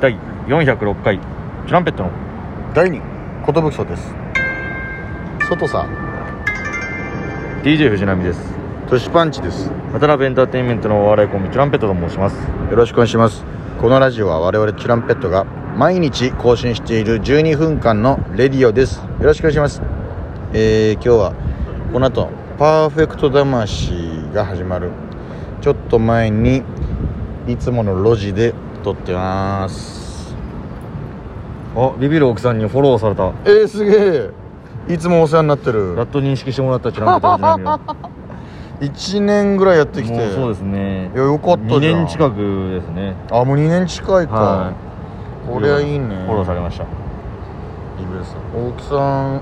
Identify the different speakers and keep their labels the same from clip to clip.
Speaker 1: 第406回トランペットの
Speaker 2: 第二ことぶきそうです外さん
Speaker 1: DJ 藤波です
Speaker 2: トシパンチですよ
Speaker 1: 渡辺エンターテインメントのお笑いコンビトランペットと申します
Speaker 2: ろしくお願いしますこのラジオは我々チュランペットが毎日更新している12分間のレディオですよろしくお願いしますえー、今日はこの後パーフェクト魂が始まるちょっと前にいつもの路地で撮ってます
Speaker 1: あビビる奥さんにフォローされた
Speaker 2: えー、すげえいつもお世話になって
Speaker 1: やっ
Speaker 2: る
Speaker 1: と認識してもらったトランペットの藤 波を
Speaker 2: 1年ぐらいやってきて
Speaker 1: もうそうですね
Speaker 2: いやよかったじゃ
Speaker 1: 2
Speaker 2: ん
Speaker 1: 年近くですね
Speaker 2: あもう2年近いか、
Speaker 1: はい
Speaker 2: こりゃいいね
Speaker 1: フォローされました
Speaker 2: リベさん大木さん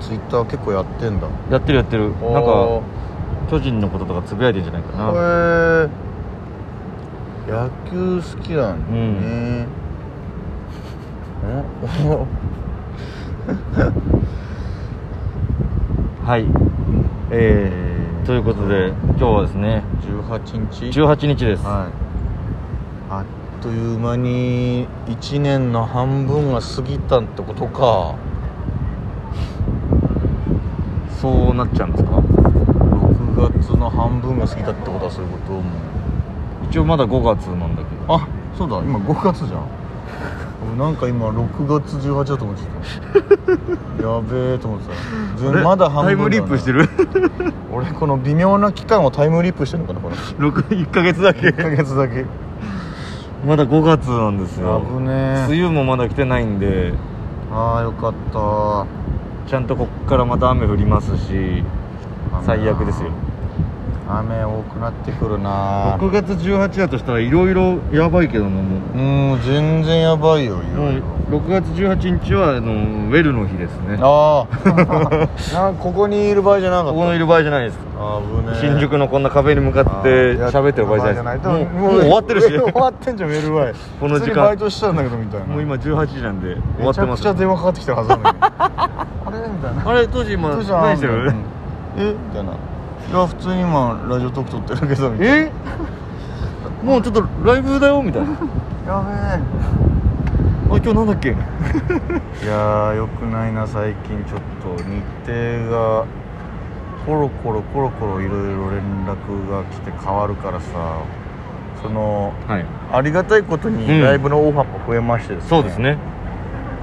Speaker 2: ツイッター結構やってんだ
Speaker 1: やってるやってるなんか巨人のこととかつぶやいてんじゃないかな
Speaker 2: あーへえ野球好きなんだ ね、 うん、
Speaker 1: はいえー、ということで今日はですね
Speaker 2: 18日
Speaker 1: 18日です、
Speaker 2: はいあっという間に1年の半分が過ぎたってことか
Speaker 1: そうなっちゃうんですか
Speaker 2: 6月の半分が過ぎたってことはそういうことも
Speaker 1: 一応まだ5月なんだけど
Speaker 2: あそうだ今5月じゃん俺なん か今6月18だと思ってた やべえと思ってた全
Speaker 1: あれ
Speaker 2: まだ半分だね
Speaker 1: タイムリープして る
Speaker 2: 俺この微妙な期間をタイムリープしてるのかなこの1
Speaker 1: 1ヶ月だけ
Speaker 2: ヶ月だけ
Speaker 1: まだ5月なんですよ
Speaker 2: 危ね
Speaker 1: 梅
Speaker 2: え
Speaker 1: 雨もまだ来てないんで
Speaker 2: ああよかっ
Speaker 1: ちゃんとこっからまた雨降りますし
Speaker 2: た
Speaker 1: 最悪ですよ
Speaker 2: 雨多くなってくるな
Speaker 1: 6月18だとしたらいろいろやばいけどなもう
Speaker 2: うん全然やばいよいろいろ
Speaker 1: 6月18日はあのウェルの日ですね
Speaker 2: ああ なんかここにいる場合じゃなか
Speaker 1: こ
Speaker 2: っ
Speaker 1: この
Speaker 2: た
Speaker 1: いる場合じゃないです
Speaker 2: 危ねえ
Speaker 1: 新宿のこんな壁に向かって喋ってる場合じゃないですもうもう終わ ってるし
Speaker 2: 終わってんじゃんメール前
Speaker 1: この時間
Speaker 2: 普通にバイトしたんだけどみたいな
Speaker 1: もう今18時なんで終わってま
Speaker 2: め
Speaker 1: す
Speaker 2: ちゃくちゃ電話かかってきてるはず なのにあれみたいな
Speaker 1: あれ当時今
Speaker 2: どうした
Speaker 1: 何してる
Speaker 2: うんえみたいないや普通に今ラジオトーク撮ってるけどみたいな
Speaker 1: えもうちょっとライブだよみたい なあ
Speaker 2: や
Speaker 1: 今日なんだっけ
Speaker 2: べえいやーよくないな最近ちょっと日程がコロコロコロコロいろいろ連絡が来て変わるからさその
Speaker 1: はい
Speaker 2: ありがたいこと
Speaker 1: う
Speaker 2: に
Speaker 1: ん
Speaker 2: ライブのオファーも増えましてですね、
Speaker 1: そうですね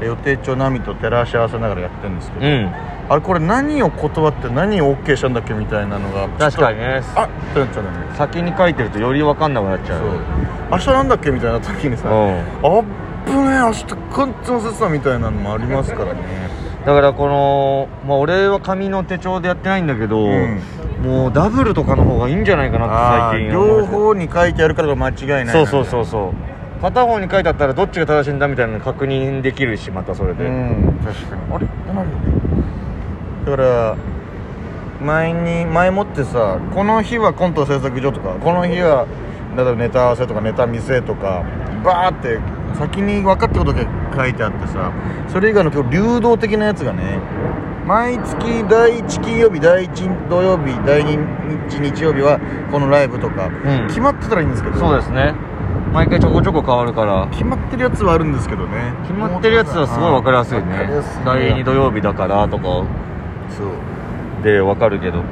Speaker 2: 予定帳並みと照らし合わせながらやってるんですけど、
Speaker 1: うん
Speaker 2: あれこれ何を断って何を OK したんだっけみたいなのが
Speaker 1: 確かにね
Speaker 2: あってなっちゃうんだよね
Speaker 1: 先に書いてるとより分かんなくなっちゃ
Speaker 2: そうう明日なんだっけみたいな時にさあ
Speaker 1: う
Speaker 2: っぶねえ明日完全切だみたいなのもありますからね
Speaker 1: んだからこの、まあ、俺は紙の手帳でやってないんだけど、
Speaker 2: うん
Speaker 1: もうダブルとかの方がいいんじゃないかなっ
Speaker 2: あ
Speaker 1: て最
Speaker 2: ー
Speaker 1: 近思い
Speaker 2: 両
Speaker 1: ました
Speaker 2: 方に書いてあるからが間違いない
Speaker 1: そうそうそううそう片方に書いてあったらどっちが正しいんだみたいなの確認できるしまたそれで、
Speaker 2: うん確かにあれってなるよねだから前に前もってさこの日はコント制作所とかこの日は例えばネタ合わせとかネタ見せとかバーって先に分かったことが書いてあってさそれ以外の今日流動的なやつがね毎月第1金曜日第1土曜日第2日日曜日はこのライブとか、
Speaker 1: ん
Speaker 2: 決まってたらいいんですけど
Speaker 1: そうですね毎回ちょこちょこ変わるから
Speaker 2: 決まってるやつはあるんですけどね
Speaker 1: 決まってるやつはすごい分かりやすいね
Speaker 2: わかりやすいね
Speaker 1: 第2土曜日だからとか
Speaker 2: そう
Speaker 1: で分かるけど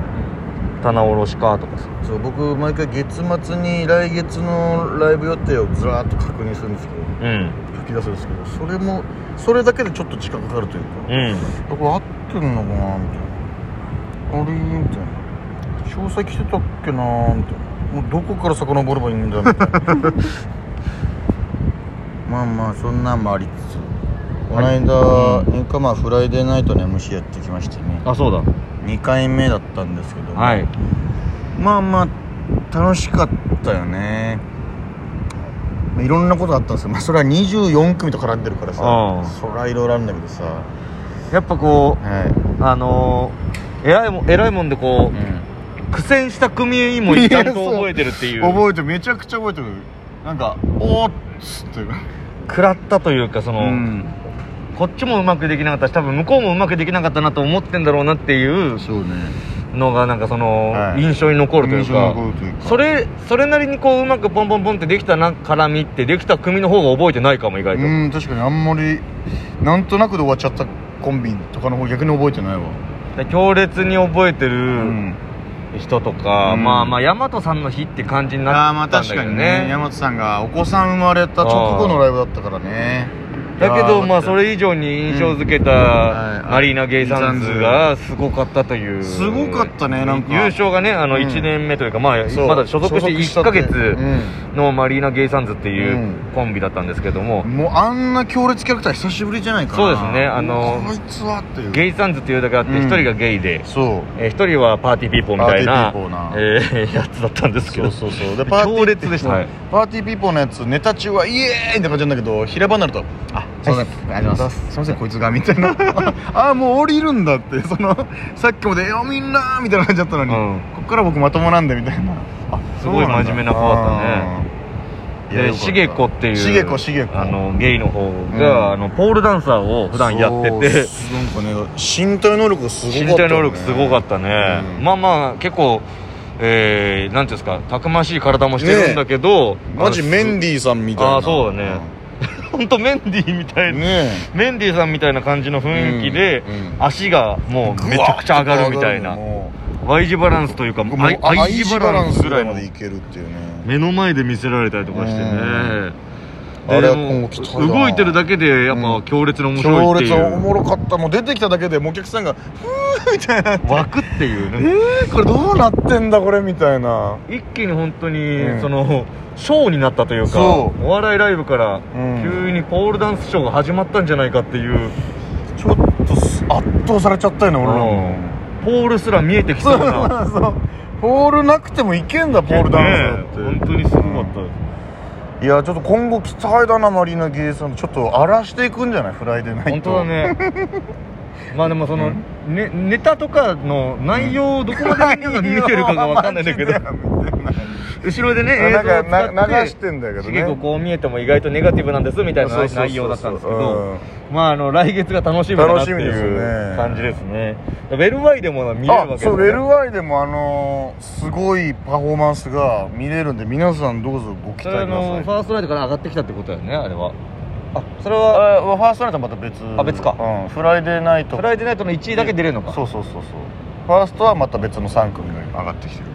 Speaker 1: 棚卸しかとかさ
Speaker 2: そう僕毎回月末に来月のライブ予定をずらーっと確認するんですけど
Speaker 1: うん
Speaker 2: 書き出すんですけどそれもそれだけでちょっと時間かかるというか、
Speaker 1: うん
Speaker 2: これ合ってんのかなみたいなあれみたいな詳細来てたっけなみたいなもうどこから遡ればいいんだみたいなまあまあそんなんもありつつこの間、なんかまあフライデーナイトの MC やってきましてね
Speaker 1: あそうだ
Speaker 2: 2回目だったんですけども
Speaker 1: はい
Speaker 2: まあまあ楽しかったよねまあいろんなことがあったんですよ、まあ、それは24組と絡んでるからさ
Speaker 1: ああ
Speaker 2: そりゃいろいろあるんだけどさ
Speaker 1: やっぱこ
Speaker 2: は
Speaker 1: うあのー、偉いもん偉いもんでこ
Speaker 2: い、
Speaker 1: う苦戦した組もちゃんと覚えてるっていう
Speaker 2: 覚えてるめちゃくちゃ覚えてるなんか「おーっ」つって
Speaker 1: 食らったというかその、こっちもうまくできなかったし多分向こうもうまくできなかったなと思ってんだろうなっていう
Speaker 2: そうね
Speaker 1: のがなんかその
Speaker 2: はい
Speaker 1: 印象に残るというか、
Speaker 2: 印象に残るというか
Speaker 1: それそれなりにこううまくポンポンポンってできたな絡みってできた組の方が覚えてないかも意外と、
Speaker 2: うん確かにあんまりなんとなくで終わっちゃったコンビとかの方逆に覚えてないわ
Speaker 1: で強烈に覚えて
Speaker 2: う
Speaker 1: る人とか、
Speaker 2: うん
Speaker 1: まあまあ大和さんの日って感じに
Speaker 2: あ
Speaker 1: な
Speaker 2: あまあ
Speaker 1: ったんだ
Speaker 2: 確
Speaker 1: け
Speaker 2: か
Speaker 1: ど
Speaker 2: に
Speaker 1: ね
Speaker 2: ね山本さんがお子さん生まれた直後のライブだったからね
Speaker 1: だけ
Speaker 2: いや
Speaker 1: ど
Speaker 2: ー
Speaker 1: まあそれ以上に印象付けた
Speaker 2: うん
Speaker 1: マリーナ・ゲイサンズがすごかったという
Speaker 2: すごかったねなんか
Speaker 1: 優勝がねあの
Speaker 2: うん
Speaker 1: 1年目というかまあ
Speaker 2: そう
Speaker 1: まだ所属して1ヶ
Speaker 2: 所属し
Speaker 1: 月
Speaker 2: たって
Speaker 1: のマリーナ・ゲイサンズっていううコンビだったんですけども
Speaker 2: うんもうあんな強烈キャラクター久しぶりじゃないかな
Speaker 1: そうですねあの
Speaker 2: うんこいつはっていう
Speaker 1: ゲイサンズっていうだけあって
Speaker 2: う
Speaker 1: 1
Speaker 2: ん
Speaker 1: 人がゲイで
Speaker 2: そう
Speaker 1: えー1人はパーティーピーポーみたいな
Speaker 2: パーティーピーポーな
Speaker 1: えーや つだったんですけ
Speaker 2: そ
Speaker 1: ど
Speaker 2: うそうそうでパーティー
Speaker 1: 強烈でしたはい
Speaker 2: パーティーピーポーのやつネタ中はイエーイって感じなんだけど平場になるとあすいませんありがとうございますすいませんこいつがみ たいなああもう降りるんだってそのさっきまでよみんなみたいな感じだったのに、
Speaker 1: うん
Speaker 2: こっから僕まともなんでみたいなあ
Speaker 1: すごい真面目な子だった
Speaker 2: ね
Speaker 1: でシゲコっていう
Speaker 2: シゲコシゲコ
Speaker 1: あのゲイの方
Speaker 2: うん
Speaker 1: があのポールダンサーを普段やってて
Speaker 2: そうなん かね身体能力がすごかった、ね、
Speaker 1: 身体能力すごかったね、
Speaker 2: うん
Speaker 1: まあまあ結構えー、なんていうんですかたくましい体もしてるんだけど、
Speaker 2: マジメン
Speaker 1: ディ
Speaker 2: ディーさんみたいな
Speaker 1: あーそうだね本当メンディーみたい
Speaker 2: うん
Speaker 1: な、
Speaker 2: ね
Speaker 1: メンディーさんみたいな感じの雰囲気で、
Speaker 2: うんうん
Speaker 1: 足がもう
Speaker 2: え
Speaker 1: めちゃくちゃ上がるみたいな
Speaker 2: もう
Speaker 1: Y 字バランスというか
Speaker 2: もう
Speaker 1: I,
Speaker 2: ア
Speaker 1: I
Speaker 2: イ
Speaker 1: 字
Speaker 2: ジ
Speaker 1: バ
Speaker 2: バラ
Speaker 1: ラン
Speaker 2: ン
Speaker 1: ス
Speaker 2: ス
Speaker 1: ぐ
Speaker 2: ぐ
Speaker 1: ら
Speaker 2: ら
Speaker 1: い
Speaker 2: い
Speaker 1: の
Speaker 2: までいけるっていうね
Speaker 1: 目の前で見せられたりとかしてね、
Speaker 2: うん
Speaker 1: で
Speaker 2: あれは
Speaker 1: も
Speaker 2: 今後期待だな
Speaker 1: 動いてるだけでやっぱ強烈に面白い
Speaker 2: 強
Speaker 1: って
Speaker 2: 烈
Speaker 1: いう、
Speaker 2: おもろかったもう出てきただけでもうお客さんが「ふー」みたいな「
Speaker 1: 湧くっていうね
Speaker 2: えー、これどうなってんだこれ」みたいな
Speaker 1: 一気に本当に、
Speaker 2: うん
Speaker 1: そのショーになったというか
Speaker 2: そう
Speaker 1: お笑いライブから
Speaker 2: うん
Speaker 1: 急にポールダンスショーが始まったんじゃないかっていう、
Speaker 2: ちょっとす圧倒されちゃったよね俺らも
Speaker 1: ポールすら見えてきそうな
Speaker 2: そうそうポールなくてもいけんだ ポールダンスだって、
Speaker 1: ね本当にすごかった、
Speaker 2: いやちょっと今後期待だなマリーナ・ゲイさんちょっと荒らしていくんじゃないフライデーナイト
Speaker 1: 本当だねまあでもその、ね、ネタとかの内容をどこまでみんなが見てるかがわかんないんだけ ど
Speaker 2: マジで見てない
Speaker 1: 後ろでね映像
Speaker 2: な
Speaker 1: を
Speaker 2: んかな
Speaker 1: 使っ
Speaker 2: 流してんだけどね
Speaker 1: しげここう見えても意外とネガティブなんですみたい
Speaker 2: そう
Speaker 1: な
Speaker 2: そうそうそう
Speaker 1: 内容だったんですけ
Speaker 2: う
Speaker 1: ど
Speaker 2: ん
Speaker 1: まああの来月が楽しみだなってい
Speaker 2: 楽しみです
Speaker 1: う
Speaker 2: ね
Speaker 1: 感じですねウェルワイでも見れるわけ
Speaker 2: あ
Speaker 1: です
Speaker 2: そ
Speaker 1: ね
Speaker 2: うウェルワイでもあのーすごいパフォーマンスが見れるんで皆さんどうぞご期
Speaker 1: それあ
Speaker 2: 待くだ
Speaker 1: のフ
Speaker 2: さい
Speaker 1: ァーストライトから上がってきたってことだよねあれはあそれ
Speaker 2: あ
Speaker 1: は
Speaker 2: ファーストナイトはまた別
Speaker 1: あ別か
Speaker 2: うんフライデーナイト
Speaker 1: フライデーナイトの1位だけ出れるのか
Speaker 2: そうそうそうそうファーストはまた別の3組が上がってきてる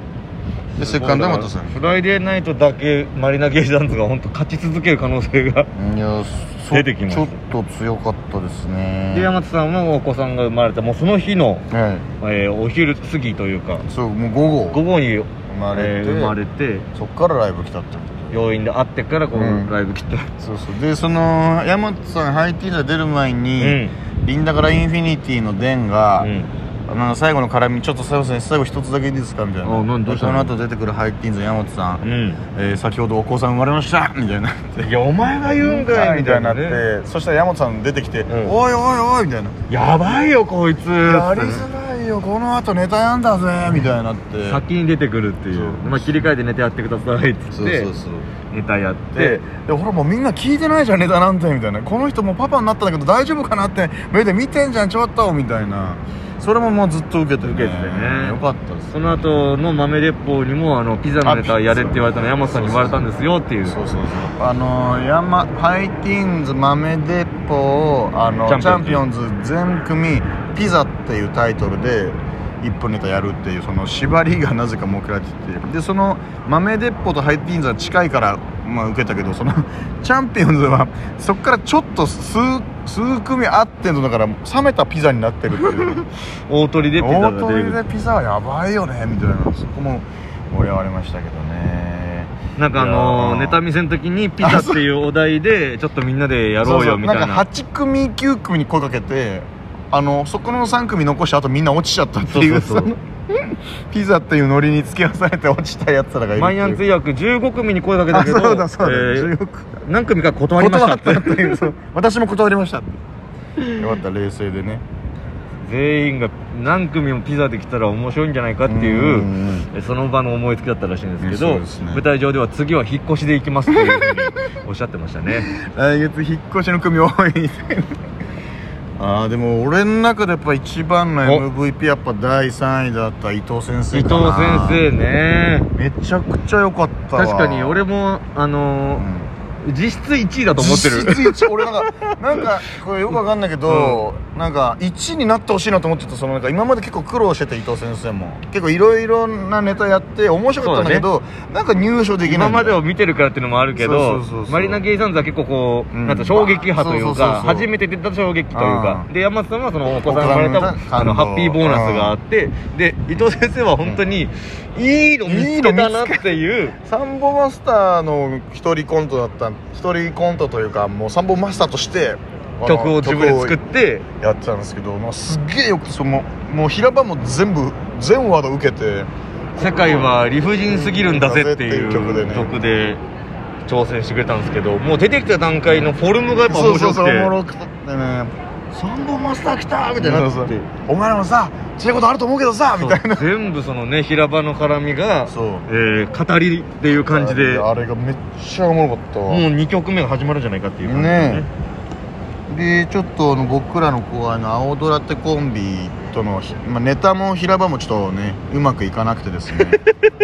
Speaker 2: でセカンドはまた3
Speaker 1: フライデーナイトだけマリナ・ゲイジャンズが本当勝ち続ける可能性が
Speaker 2: 組いやそ
Speaker 1: 出てきま
Speaker 2: ち
Speaker 1: す
Speaker 2: ょっと強かったですね
Speaker 1: で山田さんはお子さんが生まれたもうその日の、
Speaker 2: は
Speaker 1: えーお昼過ぎというか
Speaker 2: いそうもう午後
Speaker 1: 午後に、えー
Speaker 2: 生まれて
Speaker 1: 生まれて
Speaker 2: そっからライブ来たってこと
Speaker 1: 病院で会ってからこう、
Speaker 2: うん
Speaker 1: ライブ来て
Speaker 2: そうそうでその山本さんハイティーザ出る前に、
Speaker 1: うん
Speaker 2: リンダからインフィニティのデンが、
Speaker 1: うん
Speaker 2: あの最後の絡みちょっとすいません最後一つだけいいですかみたいな
Speaker 1: あなんどうしたの
Speaker 2: この後出てくるハイティーンズ山本さん、
Speaker 1: うん
Speaker 2: えー先ほどお子さん生まれましたみたいなって
Speaker 1: いやお前が言うんかいみたいな、
Speaker 2: みたい
Speaker 1: ね、
Speaker 2: にってそしたら山本さん出てきて「
Speaker 1: ん
Speaker 2: おいおいおい」みたいな
Speaker 1: やばいよこいつ
Speaker 2: 「やりづらいよこの後ネタやんだぜ」みたいになって
Speaker 1: 先に出てくるっていう
Speaker 2: そう
Speaker 1: まあ、切り替えてネタやってくださいっつ
Speaker 2: そ
Speaker 1: っ
Speaker 2: う
Speaker 1: て
Speaker 2: そうそう
Speaker 1: ネタやっ
Speaker 2: で
Speaker 1: て
Speaker 2: でほらもうみんな聞いてないじゃんネタなんてみたいなこの人もうパパになったんだけど大丈夫かなって目で見てんじゃんちょっとみたいなそれももうずっと受けてる、ね、
Speaker 1: 受けてね
Speaker 2: よかったです
Speaker 1: その後の豆鉄砲にもあのピザのネタやれって言われたの
Speaker 2: あ
Speaker 1: 山田さんに言われたんですよっていう
Speaker 2: そうそうそうあのー、山ハイティーンズ豆鉄砲あのチ
Speaker 1: チ
Speaker 2: ャ
Speaker 1: ャ
Speaker 2: ン
Speaker 1: ン
Speaker 2: ピ
Speaker 1: ピ
Speaker 2: オ
Speaker 1: オ
Speaker 2: ンズ全組ピザっていうタイトルで一本ネタやるっていうその縛りがなぜか設けられててでその豆鉄砲とハイティーンズは近いからまあ受けたけどそのチャンピオンズはそこからちょっと数数組あってんのだから冷めたピザになってるっていう
Speaker 1: 大鳥でピザが
Speaker 2: 大
Speaker 1: 出
Speaker 2: 鳥
Speaker 1: る
Speaker 2: でピザはやばいよねみたいなそこも盛り上がりましたけどね
Speaker 1: なんかあの
Speaker 2: いやー
Speaker 1: ーネタ見せの時にピザっていうお題でちょっとみんなでやろうよみたい
Speaker 2: そそなん
Speaker 1: な
Speaker 2: か8組9組に声かけてあのそこの3組残してあとみんな落ちちゃったっていう
Speaker 1: そうそうそう
Speaker 2: のピザっていうノリに付き合わされて落ちたやつらがいるっていう
Speaker 1: マイアンツ曰く15組に声かけた
Speaker 2: あ
Speaker 1: けど
Speaker 2: そうだそうだ、
Speaker 1: えー
Speaker 2: 中国
Speaker 1: 何組か断りましたって
Speaker 2: 断ったっていうそう 私も断りましたってよかった冷静でね
Speaker 1: 全員が何組もピザできたら面白いんじゃないかっていう
Speaker 2: うんうん
Speaker 1: えその場の思いつきだったらしいんですけ
Speaker 2: そう
Speaker 1: ど
Speaker 2: ですね
Speaker 1: 舞台上では次は引っ越しで行きますって いうふうにおっしゃってましたね
Speaker 2: 来月引っ越しの組多いみたいな ああでも俺の中でやっぱ一番の MVP やっぱ第3位だった伊藤先
Speaker 1: 伊
Speaker 2: 生
Speaker 1: 藤
Speaker 2: かな
Speaker 1: 先生ね
Speaker 2: 生めちゃくちゃ良かったわ
Speaker 1: 確かに俺もあ
Speaker 2: う
Speaker 1: のー
Speaker 2: ん
Speaker 1: 実質1位だと思ってる
Speaker 2: 実質一俺なんかなんかこれよくわかんないけど、なんか1になってほしいなと思ってたそのなんか今まで結構苦労してて伊藤先生も結構いろいろなネタやって面白かったんだけどなんか入賞できない
Speaker 1: 今までを
Speaker 2: は
Speaker 1: 見てるからっていうのもあるけど
Speaker 2: そうそうそうそう
Speaker 1: マリナ・ゲイ・サンズは結構こう、
Speaker 2: うん
Speaker 1: なんか衝撃波という
Speaker 2: そうそう
Speaker 1: か
Speaker 2: そうそう
Speaker 1: 初めて出た衝撃というか
Speaker 2: うん
Speaker 1: で山本さんはそのお子さんが生まれ
Speaker 2: お子さん
Speaker 1: た
Speaker 2: が
Speaker 1: あの
Speaker 2: 感動
Speaker 1: ハッピーボーナスがあってで伊藤先生は本当にいいの見つけたなっていう
Speaker 2: サンボマスターの一人コントだった一人コントというかもうサンボマスターとしてあの
Speaker 1: 曲を自分で作っ
Speaker 2: 曲
Speaker 1: て
Speaker 2: をやってたんですけど、まあ、すっげえよくそのもう平場も全部全ワード受けて
Speaker 1: 世界は理不尽すぎるんだぜっていう
Speaker 2: 曲でね
Speaker 1: 曲で挑戦してくれたんですけどもう出てきた段階のフォルムがやっぱ
Speaker 2: そ
Speaker 1: 面
Speaker 2: うそ
Speaker 1: 白くて
Speaker 2: うそうおもろくてねサンボマスター来たーみたいになって
Speaker 1: そうそう
Speaker 2: お前らもさ違うことあると思うけどさみたいな
Speaker 1: そう全部そのね平場の絡みが、
Speaker 2: そう
Speaker 1: えー語りっていう感じでも
Speaker 2: あれがめっちゃおもろかった
Speaker 1: う
Speaker 2: わ
Speaker 1: 2曲目が始まるんじゃないかっていう感じですね
Speaker 2: ねでちょっとあの僕らの後輩の青ドラってコンビとのひ、まあ、ネタも平場もちょっとねうまくいかなくてです ね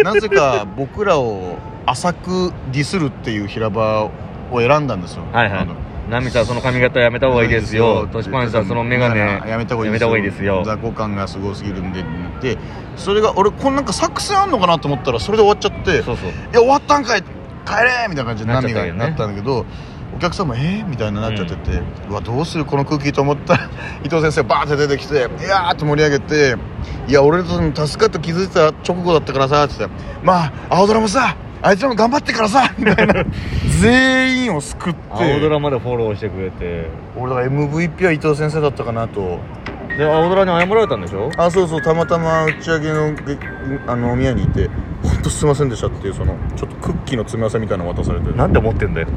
Speaker 2: なぜか僕らを浅くディスるっていう平場を選んだんですよ
Speaker 1: はいはい
Speaker 2: あの
Speaker 1: ナミさんその髪型やめた方がいいですよトシパンチさんその眼鏡
Speaker 2: やめた方がい
Speaker 1: や
Speaker 2: いですよ
Speaker 1: めた方がいいですよ
Speaker 2: 雑魚感がすごすぎるんででそれが俺こんなんか作戦あんのかなと思ったらそれで終わっちゃって
Speaker 1: そうそう
Speaker 2: いや終わったんかい帰れみたいな感じで
Speaker 1: なっちゃった
Speaker 2: 波
Speaker 1: よ
Speaker 2: が
Speaker 1: ね
Speaker 2: なったんだけどお客さんも「えーみたいななっちゃってて、うわどうするこの空気と思ったら 伊藤先生バーって出てきて「いやー」って盛り上げて「いや俺たちも助かって気づいた直後だったからさ」って言って「まあ青ドラもさあいつらも頑張ってからさ」みた いな全員を救って
Speaker 1: 青ドラまでフォローしてくれて
Speaker 2: 俺だから MVP は伊藤先生だったかなと
Speaker 1: で青ドラに謝られたんでしょ
Speaker 2: あそうそうたまたま打ち上げのげあのお宮にいて「本当すいませんでした」っていうそのちょっとクッキーの詰め合わせみたいなの渡されて
Speaker 1: なんで持ってんだよ